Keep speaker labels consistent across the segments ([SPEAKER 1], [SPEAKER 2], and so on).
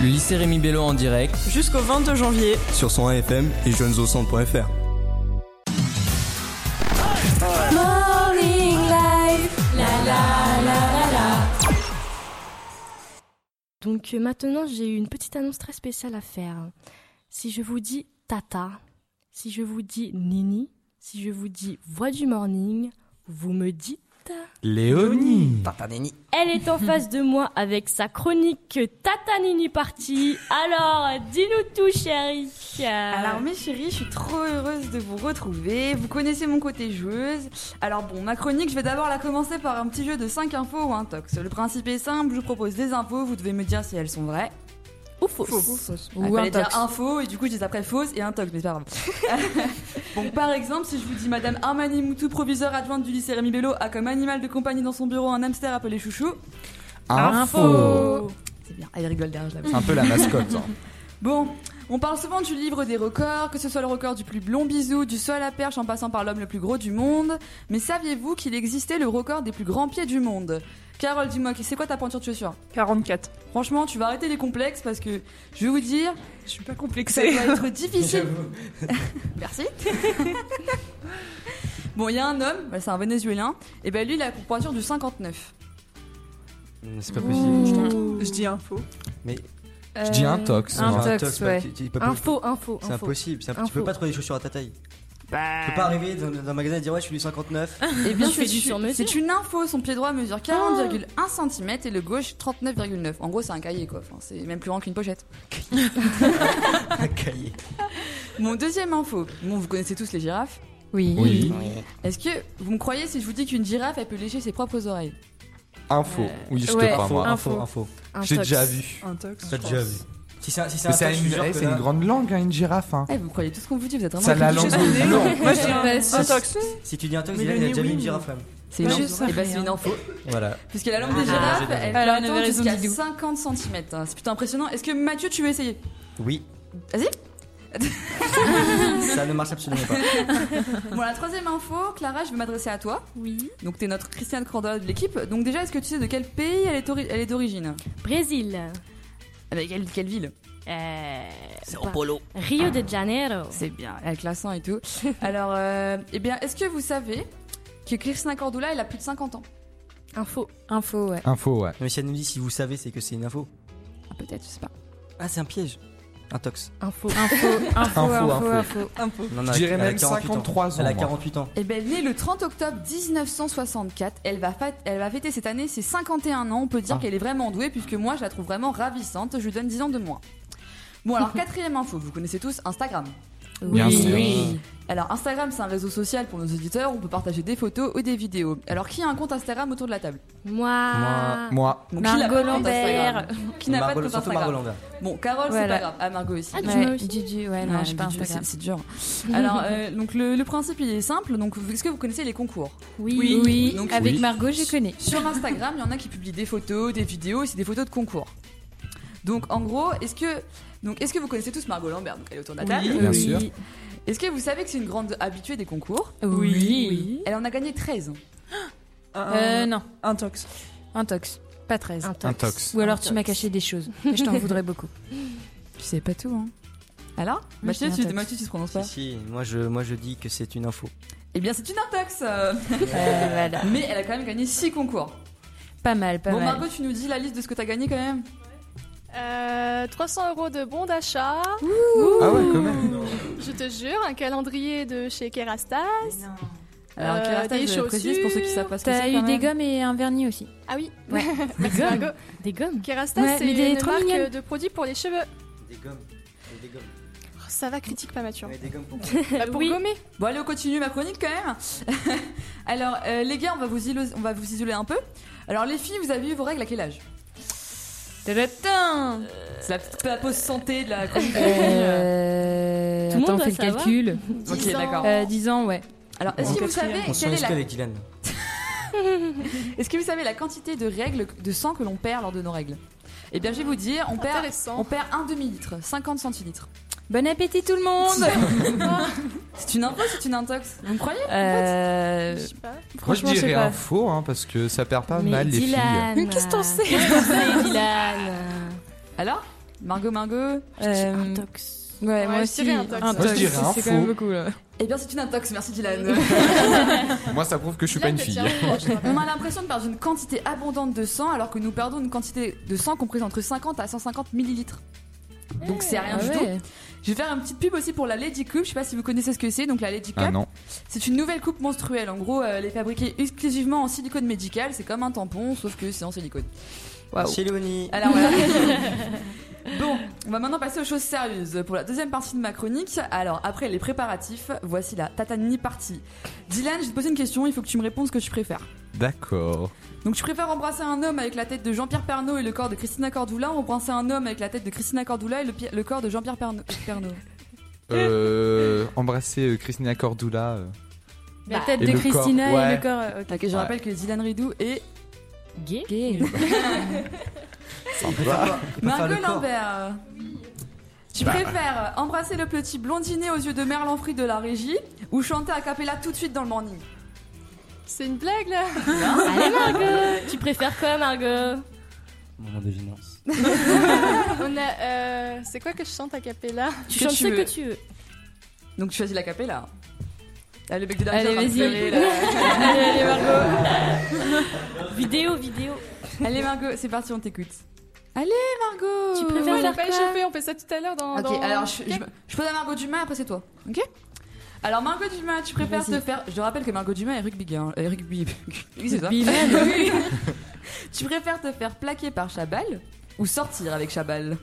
[SPEAKER 1] Le lycée Rémi Bello en direct
[SPEAKER 2] jusqu'au 22 janvier
[SPEAKER 3] sur son AFM et jeunesaucentre.fr.
[SPEAKER 4] Donc euh, maintenant, j'ai une petite annonce très spéciale à faire. Si je vous dis Tata, si je vous dis Nini, si je vous dis Voix du Morning, vous me dites...
[SPEAKER 5] Léonie
[SPEAKER 6] Tata Nini.
[SPEAKER 4] Elle est en face de moi avec sa chronique Tata Nini Party. Alors, dis-nous tout, chérie. Euh.
[SPEAKER 7] Alors, mes chéris, je suis trop heureuse de vous retrouver. Vous connaissez mon côté joueuse. Alors, bon, ma chronique, je vais d'abord la commencer par un petit jeu de 5 infos ou un tox. Le principe est simple, je vous propose des infos, vous devez me dire si elles sont vraies.
[SPEAKER 4] Ou fausses.
[SPEAKER 7] Ah, il fallait dire info et du coup je dis après fausse et un tox, mais c'est pas grave. bon, par exemple, si je vous dis Madame Armani Moutou, proviseure adjointe du lycée Rémi Bello, a comme animal de compagnie dans son bureau un hamster appelé Chouchou. Euh,
[SPEAKER 5] Info
[SPEAKER 7] C'est bien, elle rigole derrière, je la vois.
[SPEAKER 5] C'est un peu la mascotte. hein.
[SPEAKER 7] Bon, on parle souvent du livre des records, que ce soit le record du plus blond bisou, du sol à la perche en passant par l'homme le plus gros du monde. Mais saviez-vous qu'il existait le record des plus grands pieds du monde Carole, dis-moi, c'est quoi ta pointure de chaussure
[SPEAKER 2] 44.
[SPEAKER 7] Franchement, tu vas arrêter les complexes parce que je vais vous dire,
[SPEAKER 2] Je suis pas
[SPEAKER 7] ça
[SPEAKER 2] complexée.
[SPEAKER 7] va être difficile. Merci. bon, il y a un homme, bah, c'est un Vénézuélien, et ben lui, il a la pointure du 59.
[SPEAKER 8] Hmm,
[SPEAKER 6] C'est pas possible.
[SPEAKER 2] Mmh. Je dis info.
[SPEAKER 5] Je dis un tox.
[SPEAKER 2] un
[SPEAKER 5] moi.
[SPEAKER 2] tox.
[SPEAKER 8] ouais.
[SPEAKER 4] Info, info,
[SPEAKER 8] C'est
[SPEAKER 4] info.
[SPEAKER 8] impossible, c'est imp- tu
[SPEAKER 4] Info.
[SPEAKER 8] peux pas trouver des chaussures à ta taille. Tu peux pas arriver dans, dans un magasin et dire ouais je suis du 59.
[SPEAKER 7] Et bien
[SPEAKER 4] Tu fais du sur-mesure.
[SPEAKER 7] C'est une info, son pied droit mesure 40,1 cm et le gauche 39,9. En gros, c'est un cahier quoi, Enfin, c'est même plus grand qu'une pochette.
[SPEAKER 8] Un cahier.
[SPEAKER 7] Mon deuxième info. Bon, vous connaissez tous les girafes.
[SPEAKER 6] Oui.
[SPEAKER 5] Oui.
[SPEAKER 7] Est-ce que vous me croyez si je vous dis qu'une girafe, elle peut lécher ses propres oreilles
[SPEAKER 5] Info.
[SPEAKER 6] Euh,
[SPEAKER 5] Oui, je
[SPEAKER 2] ouais,
[SPEAKER 5] te crois,
[SPEAKER 8] Info,
[SPEAKER 5] moi.
[SPEAKER 8] info, info.
[SPEAKER 4] Un
[SPEAKER 5] J'ai
[SPEAKER 4] tox.
[SPEAKER 5] déjà vu.
[SPEAKER 2] Un tox.
[SPEAKER 8] T'as
[SPEAKER 2] je
[SPEAKER 8] déjà
[SPEAKER 2] pense.
[SPEAKER 8] vu. Si c'est un, si c'est
[SPEAKER 5] Mais
[SPEAKER 8] un
[SPEAKER 5] c'est
[SPEAKER 8] tox, je
[SPEAKER 5] une,
[SPEAKER 8] te jure
[SPEAKER 5] eh,
[SPEAKER 8] que
[SPEAKER 5] c'est
[SPEAKER 8] là-
[SPEAKER 5] une grande langue, hein, une girafe. Hein.
[SPEAKER 7] Eh, Vous croyez tout ce qu'on vous dit, vous êtes vraiment
[SPEAKER 5] Ça la
[SPEAKER 7] des
[SPEAKER 5] langue.
[SPEAKER 7] cultivés.
[SPEAKER 5] Non.
[SPEAKER 2] Moi je dis un, un tox.
[SPEAKER 8] Si tu dis un tox,
[SPEAKER 2] Mais
[SPEAKER 8] il a il
[SPEAKER 2] le
[SPEAKER 8] a déjà
[SPEAKER 2] nez,
[SPEAKER 8] vu une
[SPEAKER 2] oui.
[SPEAKER 8] girafe même.
[SPEAKER 7] C'est
[SPEAKER 2] Moi,
[SPEAKER 7] une
[SPEAKER 2] je
[SPEAKER 7] info.
[SPEAKER 2] savais
[SPEAKER 7] Eh ben, c'est une
[SPEAKER 2] rien.
[SPEAKER 7] info.
[SPEAKER 8] Voilà.
[SPEAKER 7] Puisque la langue
[SPEAKER 8] Ah,
[SPEAKER 7] des girafes,
[SPEAKER 8] j'ai
[SPEAKER 7] elle
[SPEAKER 2] Elle a
[SPEAKER 7] peut
[SPEAKER 2] une
[SPEAKER 7] atteindre
[SPEAKER 2] raison
[SPEAKER 7] jusqu'à
[SPEAKER 2] Didou.
[SPEAKER 7] 50 cm. hein. C'est plutôt impressionnant. Est-ce que Mathieu, tu veux essayer
[SPEAKER 8] Oui,
[SPEAKER 7] Vas-y.
[SPEAKER 8] ça ne marche absolument pas.
[SPEAKER 7] Bon, la troisième info, Clara, je vais m'adresser à toi.
[SPEAKER 4] Oui.
[SPEAKER 7] Donc, t'es notre Christiane Cordova de l'équipe. Donc, déjà, est-ce que tu sais de quel pays elle est, ori- elle est d'origine
[SPEAKER 4] Brésil.
[SPEAKER 7] Avec Ah, quelle, quelle ville
[SPEAKER 4] Euh,
[SPEAKER 6] C'est
[SPEAKER 4] pas-
[SPEAKER 6] au polo.
[SPEAKER 4] Rio de Janeiro.
[SPEAKER 7] C'est bien, avec l'accent et tout. Alors, euh, eh bien, est-ce que vous savez que Christina Cordula, elle a plus de 50 ans
[SPEAKER 4] Info.
[SPEAKER 6] Info, ouais.
[SPEAKER 5] Info, ouais.
[SPEAKER 8] Mais si elle nous dit si vous savez, c'est que c'est une info.
[SPEAKER 7] ah, Peut-être, je sais pas.
[SPEAKER 8] Ah, c'est un piège. Un tox.
[SPEAKER 4] Info.
[SPEAKER 6] Info, info,
[SPEAKER 5] Info,
[SPEAKER 6] info,
[SPEAKER 5] info.
[SPEAKER 6] info.
[SPEAKER 8] Non,
[SPEAKER 5] Je
[SPEAKER 8] elle-
[SPEAKER 5] dirais
[SPEAKER 8] elle a
[SPEAKER 5] même
[SPEAKER 8] 48 ans.
[SPEAKER 5] 53 ans.
[SPEAKER 8] Elle a
[SPEAKER 5] moi.
[SPEAKER 8] 48 ans.
[SPEAKER 7] Eh ben, elle est née le 30 octobre 1964. Elle va, fat- elle va fêter cette année ses 51 ans. On peut dire qu'elle est vraiment douée puisque moi, je la trouve vraiment ravissante. Je lui donne 10 ans de moins. Bon, alors, quatrième info, vous connaissez tous Instagram.
[SPEAKER 5] Bien sûr.
[SPEAKER 7] Alors, Instagram, c'est un réseau social pour nos auditeurs. On peut partager des photos ou des vidéos. Alors, qui a un compte Instagram autour de la table
[SPEAKER 4] Moi.
[SPEAKER 6] Ah.
[SPEAKER 5] Moi,
[SPEAKER 7] Donc, qui n'a
[SPEAKER 6] Margot
[SPEAKER 7] pas de compte Instagram
[SPEAKER 6] Lambert.
[SPEAKER 7] Qui n'a pas de
[SPEAKER 8] Margot-
[SPEAKER 7] compte
[SPEAKER 8] Surtout
[SPEAKER 7] Instagram
[SPEAKER 8] Margot Lambert.
[SPEAKER 7] Bon, Carole, c'est
[SPEAKER 6] Voilà.
[SPEAKER 7] pas grave. Ah, Margot aussi.
[SPEAKER 4] Ah, Didou
[SPEAKER 6] Ouais,
[SPEAKER 4] aussi.
[SPEAKER 6] Didi, ouais,
[SPEAKER 4] Ah,
[SPEAKER 6] non,
[SPEAKER 7] Ouais,
[SPEAKER 6] je suis pas
[SPEAKER 7] Bidou,
[SPEAKER 6] Instagram.
[SPEAKER 7] C'est c'est dur. Alors, euh, donc le, le principe il est simple. Donc, vous- est-ce que vous connaissez les concours
[SPEAKER 4] Oui.
[SPEAKER 6] Oui,
[SPEAKER 7] Donc,
[SPEAKER 6] avec
[SPEAKER 7] oui.
[SPEAKER 6] Margot, je connais.
[SPEAKER 7] Sur Instagram, il y en a qui publient des photos, des vidéos, et c'est des photos de concours. Donc, en gros, est-ce que donc est-ce que vous connaissez tous Margot Lambert Donc, elle est autour de la table.
[SPEAKER 5] bien
[SPEAKER 4] Oui.
[SPEAKER 5] sûr.
[SPEAKER 7] Est-ce que vous savez que c'est une grande habituée des concours
[SPEAKER 6] Oui.
[SPEAKER 7] Elle en a gagné 13.
[SPEAKER 6] Euh, non,
[SPEAKER 2] Un tox.
[SPEAKER 6] un tox, pas 13.
[SPEAKER 4] Un
[SPEAKER 5] Un
[SPEAKER 4] tox.
[SPEAKER 5] tox.
[SPEAKER 6] Ou alors tu m'as caché des choses. Et je t'en voudrais beaucoup.
[SPEAKER 7] Tu sais pas tout, hein Alors
[SPEAKER 6] Moi, je
[SPEAKER 7] Mathieu,
[SPEAKER 6] dis
[SPEAKER 7] tu,
[SPEAKER 6] un tox.
[SPEAKER 7] Mathieu, tu te prononces pas
[SPEAKER 8] Si, si, moi je, moi je dis que c'est une info.
[SPEAKER 7] Eh bien, c'est une intox euh,
[SPEAKER 6] Euh, voilà.
[SPEAKER 7] Mais elle a quand même gagné 6 concours.
[SPEAKER 6] Pas mal, pas
[SPEAKER 7] bon,
[SPEAKER 6] mal.
[SPEAKER 7] Margot, tu nous dis la liste de ce que t'as gagné quand même
[SPEAKER 9] Euh, 300 euros de bon d'achat,
[SPEAKER 5] Ah ouais, quand même.
[SPEAKER 9] je te jure, un calendrier de chez Kerastas.
[SPEAKER 7] Alors,
[SPEAKER 9] Euh,
[SPEAKER 7] Clara,
[SPEAKER 9] des
[SPEAKER 7] je précise pour ceux qui savent pas ce que
[SPEAKER 6] T'as
[SPEAKER 7] c'est.
[SPEAKER 6] eu
[SPEAKER 7] quand
[SPEAKER 6] des
[SPEAKER 7] même.
[SPEAKER 6] gommes et un vernis aussi.
[SPEAKER 9] Ah oui,
[SPEAKER 6] Ouais.
[SPEAKER 9] merci Margot.
[SPEAKER 4] Des gommes.
[SPEAKER 9] Kerastas,
[SPEAKER 6] Ouais, mais
[SPEAKER 9] c'est
[SPEAKER 6] des
[SPEAKER 9] une
[SPEAKER 6] trop
[SPEAKER 9] marque
[SPEAKER 6] mignonnes.
[SPEAKER 9] de produits pour les cheveux.
[SPEAKER 8] Des gommes. Des gommes.
[SPEAKER 9] Oh, ça va, critique pas Mathieu.
[SPEAKER 8] Des gommes pour
[SPEAKER 9] Bah, pour
[SPEAKER 4] Oui.
[SPEAKER 9] gommer.
[SPEAKER 7] Bon, allez, on continue ma chronique quand même. Alors, euh, les gars, on va, vous ilo- on va vous isoler un peu. Alors, les filles, vous avez eu vos règles à quel âge
[SPEAKER 6] Tadadam
[SPEAKER 7] C'est la, petite- la pause santé de la chronique.
[SPEAKER 6] Euh...
[SPEAKER 4] Tout le monde
[SPEAKER 6] Attends,
[SPEAKER 4] doit
[SPEAKER 6] fais le
[SPEAKER 4] savoir.
[SPEAKER 6] calcul.
[SPEAKER 7] ok, d'accord.
[SPEAKER 6] Euh, 10 ans, ouais.
[SPEAKER 7] Alors, est-ce que, vous savez
[SPEAKER 8] On se
[SPEAKER 7] quelle est,
[SPEAKER 8] jusqu'à
[SPEAKER 7] la...
[SPEAKER 8] avec Dylan.
[SPEAKER 7] est-ce que vous savez la quantité de règles de sang que l'on perd lors de nos règles Eh bien, je vais vous dire, on perd, on
[SPEAKER 9] Intéressant.
[SPEAKER 7] perd un demi-litre, 50 centilitres.
[SPEAKER 6] Bon appétit tout le monde
[SPEAKER 7] C'est une info, c'est une intox. Vous me croyez
[SPEAKER 6] euh...
[SPEAKER 9] Je sais pas.
[SPEAKER 5] Moi, je
[SPEAKER 6] Franchement, je sais
[SPEAKER 5] dirais
[SPEAKER 6] pas.
[SPEAKER 5] info, hein, parce que ça perd pas
[SPEAKER 4] Mais
[SPEAKER 5] mal les filles.
[SPEAKER 4] Dylan.
[SPEAKER 6] Qu'est-ce que t'en sais
[SPEAKER 4] Qu'est-ce que t'en sais, Dylan
[SPEAKER 7] Alors Margot Margot.
[SPEAKER 6] Euh,
[SPEAKER 4] Un tox.
[SPEAKER 6] Ouais, moi
[SPEAKER 9] je
[SPEAKER 6] aussi.
[SPEAKER 9] dirais un tox.
[SPEAKER 5] Moi, je dirais un
[SPEAKER 6] c'est
[SPEAKER 5] faux.
[SPEAKER 6] quand même beaucoup là.
[SPEAKER 7] Eh bien, c'est une intox, merci Dylan.
[SPEAKER 5] Moi, ça prouve que je suis
[SPEAKER 9] Là,
[SPEAKER 5] pas une
[SPEAKER 9] t'es
[SPEAKER 5] fille.
[SPEAKER 9] bien.
[SPEAKER 7] On a l'impression de perdre une quantité abondante de sang alors que nous perdons une quantité de sang comprise entre 50 à 150 millilitres. Donc c'est rien
[SPEAKER 6] Ah
[SPEAKER 7] du tout.
[SPEAKER 6] ouais.
[SPEAKER 7] Je vais faire une petite pub aussi pour la Lady Cup. Je sais pas si vous connaissez ce que c'est. Donc la Lady Cup,
[SPEAKER 5] Ah non.
[SPEAKER 7] c'est une nouvelle coupe menstruelle. En gros, euh, elle est fabriquée exclusivement en silicone médical. C'est comme un tampon, sauf que c'est en silicone. Waouh.
[SPEAKER 8] Chez Léonie.
[SPEAKER 7] Alors voilà. Bon, on va maintenant passer aux choses sérieuses pour la deuxième partie de ma chronique. Alors, après les préparatifs, voici la tatani partie. Dylan, je vais te poser une question, il faut que tu me répondes ce que tu préfères.
[SPEAKER 5] D'accord.
[SPEAKER 7] Donc, tu préfères embrasser un homme avec la tête de Jean-Pierre Pernaud et le corps de Christina Cordula ou embrasser un homme avec la tête de Christina Cordula et le, pi- le corps de Jean-Pierre Pernaud
[SPEAKER 5] Euh, embrasser euh, Christina Cordula. euh.
[SPEAKER 6] La tête
[SPEAKER 5] Et
[SPEAKER 6] de
[SPEAKER 5] le corps,
[SPEAKER 6] Christina et
[SPEAKER 5] ouais.
[SPEAKER 6] le corps. euh, ok.
[SPEAKER 7] Ok, je rappelle que Dylan Ridou et
[SPEAKER 4] Gay
[SPEAKER 6] Gay.
[SPEAKER 8] On peut faire le
[SPEAKER 7] Margot
[SPEAKER 8] corps.
[SPEAKER 7] Lambert. Tu préfères embrasser le petit blondinet aux yeux de Merlan Free de la régie ou chanter à cappella tout de suite dans le morning
[SPEAKER 9] C'est une blague là
[SPEAKER 4] Allez Margot Tu préfères quoi Margot
[SPEAKER 8] Moment de gênance.
[SPEAKER 9] On a. euh, C'est quoi que je chante à Capella
[SPEAKER 4] Tu
[SPEAKER 7] Que
[SPEAKER 4] chantes
[SPEAKER 7] tu
[SPEAKER 4] ce
[SPEAKER 7] veux.
[SPEAKER 4] que tu veux.
[SPEAKER 7] Donc tu choisis la capella. Ah, le bec de
[SPEAKER 6] Allez,
[SPEAKER 7] Darmanin,
[SPEAKER 6] vas-y.
[SPEAKER 7] allez, là.
[SPEAKER 6] Allez, allez, Margot.
[SPEAKER 4] Vidéo, vidéo.
[SPEAKER 7] Allez Margot, c'est parti, on t'écoute. Allez Margot
[SPEAKER 4] Tu préfères
[SPEAKER 9] Ouais,
[SPEAKER 4] faire
[SPEAKER 9] l'a pas
[SPEAKER 4] quoi
[SPEAKER 9] échauffé, on fait ça tout à l'heure dans.
[SPEAKER 7] Ok,
[SPEAKER 9] dans-
[SPEAKER 7] alors je, je-
[SPEAKER 9] Ok.
[SPEAKER 7] je pose à Margot Dumas, après c'est toi. Ok Alors Margot Dumas, tu préfères
[SPEAKER 4] Vas-y.
[SPEAKER 7] te faire... Je te rappelle que Margot Dumas est rugby, hein. Euh, rugby... oui, c'est ça.
[SPEAKER 6] Rugbyman.
[SPEAKER 7] Oui. tu préfères te faire plaquer par Chabal ou sortir avec Chabal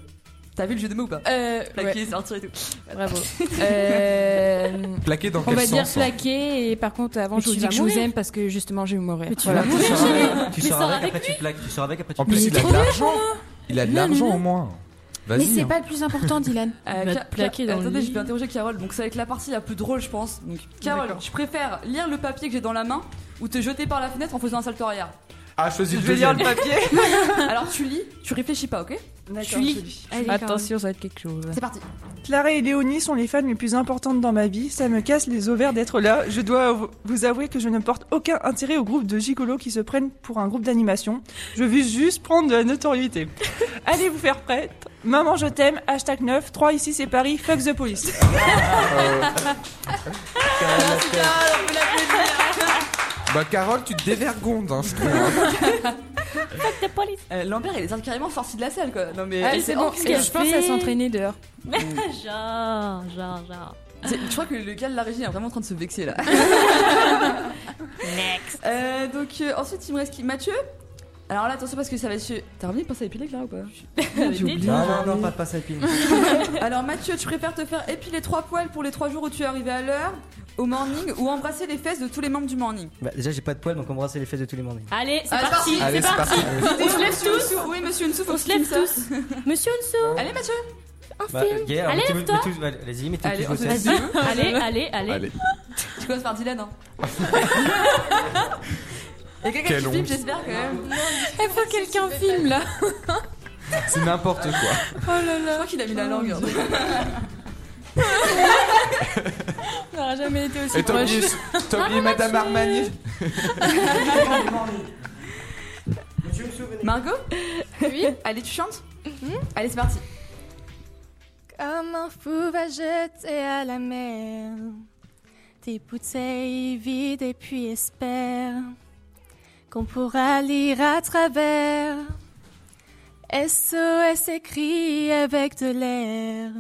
[SPEAKER 7] T'as vu le jeu de mots ou pas
[SPEAKER 6] Euh,
[SPEAKER 7] Plaquer,
[SPEAKER 6] ouais,
[SPEAKER 7] sortir et tout.
[SPEAKER 6] bravo. Euh,
[SPEAKER 5] Plaqué dans
[SPEAKER 6] on
[SPEAKER 5] quel
[SPEAKER 6] va dire
[SPEAKER 5] sens hein
[SPEAKER 6] plaqué et par contre avant
[SPEAKER 4] Mais
[SPEAKER 6] je vous
[SPEAKER 4] tu
[SPEAKER 6] dis
[SPEAKER 4] vas
[SPEAKER 6] que je vous
[SPEAKER 4] mourir.
[SPEAKER 6] aime parce que justement je vais mourir.
[SPEAKER 4] Mais tu
[SPEAKER 6] Voilà.
[SPEAKER 4] vas mourir.
[SPEAKER 8] Tu sors avec, tu
[SPEAKER 4] Tu
[SPEAKER 8] sors
[SPEAKER 4] sors
[SPEAKER 8] avec, après tu plaques, tu sors avec, après tu
[SPEAKER 5] En plus,
[SPEAKER 6] Mais
[SPEAKER 8] plaques.
[SPEAKER 5] il,
[SPEAKER 6] il est
[SPEAKER 5] a
[SPEAKER 6] trop hein.
[SPEAKER 5] de l'argent. Il a de l'argent au moins.
[SPEAKER 6] Mais
[SPEAKER 5] Vas-y.
[SPEAKER 6] c'est
[SPEAKER 5] hein.
[SPEAKER 6] pas le plus important Dylan.
[SPEAKER 7] Euh,
[SPEAKER 4] va
[SPEAKER 7] Ca-
[SPEAKER 4] te plaquer
[SPEAKER 7] Ca-
[SPEAKER 4] dans le
[SPEAKER 7] Attendez,
[SPEAKER 4] lit.
[SPEAKER 7] je vais interroger Carole. Donc, ça va être la partie la plus drôle, je pense. Donc, Carole, tu préfères lire le papier que j'ai dans la main ou te jeter par la fenêtre en faisant un salto arrière
[SPEAKER 5] Ah, choisis le
[SPEAKER 2] vais lire
[SPEAKER 5] deuxième.
[SPEAKER 2] le papier.
[SPEAKER 7] Alors, tu lis, tu réfléchis pas, ok
[SPEAKER 2] D'accord.
[SPEAKER 7] Tu lis.
[SPEAKER 6] Allez, Attention, ça va être quelque chose.
[SPEAKER 7] C'est parti.
[SPEAKER 2] Clara et Léonie sont les femmes les plus importantes dans ma vie. Ça me casse les ovaires d'être là. Je dois av- vous avouer que je ne porte aucun intérêt au groupe de gigolos qui se prennent pour un groupe d'animation. Je veux juste prendre de la notoriété. Allez vous faire prête. Maman, je t'aime. Hashtag 9. 3 ici, c'est Paris. Fuck the police.
[SPEAKER 5] Bah, Carole, tu te dévergondes, hein, je trouve. hein.
[SPEAKER 4] T'es pas les
[SPEAKER 7] Euh, Lambert, il est carrément sorti de la salle, quoi. Non, mais.
[SPEAKER 6] Allez,
[SPEAKER 4] c'est
[SPEAKER 6] Ah, c'est
[SPEAKER 4] bon,
[SPEAKER 6] bon.
[SPEAKER 4] parce qu'elle
[SPEAKER 6] Je pense
[SPEAKER 4] fait-
[SPEAKER 6] à s'entraîner dehors.
[SPEAKER 4] Genre, genre, genre.
[SPEAKER 7] C'est- Je crois que le gars de la régie est vraiment en train de se vexer, là.
[SPEAKER 4] Next.
[SPEAKER 7] Euh, donc, euh, ensuite, il me reste qui Mathieu alors là, attention parce que ça va être. T'as envie de penser à épiler Clara ou pas J'ai oublié.
[SPEAKER 8] Non, non, non, pas, pas ça, pile.
[SPEAKER 7] Alors Mathieu, tu préfères te faire épiler trois poils pour les trois jours où tu es arrivé à l'heure, au morning, ou embrasser les fesses de tous les membres du morning
[SPEAKER 8] Bah, déjà, j'ai pas de poils, donc embrasser les fesses de tous les mornings.
[SPEAKER 4] Allez, c'est
[SPEAKER 7] Allez,
[SPEAKER 4] parti,
[SPEAKER 5] Allez,
[SPEAKER 4] c'est
[SPEAKER 5] c'est
[SPEAKER 4] parti.
[SPEAKER 5] parti.
[SPEAKER 7] On se lève tous Oui, monsieur Nsou, faut
[SPEAKER 4] On
[SPEAKER 7] que
[SPEAKER 4] se
[SPEAKER 7] tu
[SPEAKER 4] lève
[SPEAKER 7] me sors.
[SPEAKER 4] Monsieur Onso,
[SPEAKER 7] Allez Mathieu
[SPEAKER 4] un
[SPEAKER 8] Bah,
[SPEAKER 4] film.
[SPEAKER 8] yeah,
[SPEAKER 4] Allez,
[SPEAKER 8] mettez-
[SPEAKER 4] lève-toi.
[SPEAKER 8] mettez- mettez- Allez, mettez
[SPEAKER 7] Allez,
[SPEAKER 8] tous vos
[SPEAKER 7] on se
[SPEAKER 8] fesses.
[SPEAKER 7] lève.
[SPEAKER 4] Allez, allez, allez.
[SPEAKER 5] Allez.
[SPEAKER 7] Tu commences par Dylan, hein Et quelqu'un
[SPEAKER 5] Quelle
[SPEAKER 7] qui filme,
[SPEAKER 5] honte.
[SPEAKER 7] j'espère quand même.
[SPEAKER 6] Il faut que quelqu'un filme là.
[SPEAKER 5] C'est n'importe quoi.
[SPEAKER 7] Je crois qu'il a mis la langue. hein.
[SPEAKER 6] On n'aura jamais été aussi
[SPEAKER 5] Et t'as
[SPEAKER 6] proche.
[SPEAKER 5] oublié, t'as oublié Madame Armani
[SPEAKER 7] Margot
[SPEAKER 9] Oui
[SPEAKER 7] Allez, tu chantes Allez, c'est parti.
[SPEAKER 9] Comme un fou va jeter à la mer tes bouteilles vides et puis espère qu'on pourra lire à travers. SOS écrit avec de l'air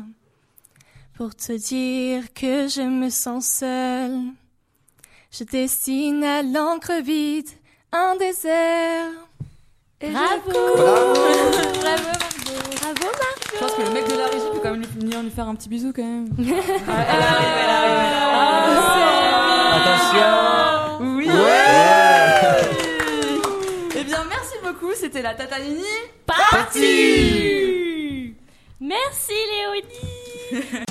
[SPEAKER 9] pour te dire que je me sens seule. Je dessine à l'encre vide un désert. Et je
[SPEAKER 4] Bravo.
[SPEAKER 9] cours.
[SPEAKER 4] Bravo Margot. Bravo Margot.
[SPEAKER 7] Je pense que le mec de la régie peut quand même lui- venir lui faire un petit bisou quand même. Elle arrive, elle Ah,
[SPEAKER 8] Attention
[SPEAKER 7] Oui
[SPEAKER 5] Ouais
[SPEAKER 7] Eh bien, merci beaucoup, c'était la Tatanini.
[SPEAKER 4] Parti. Merci Léonie.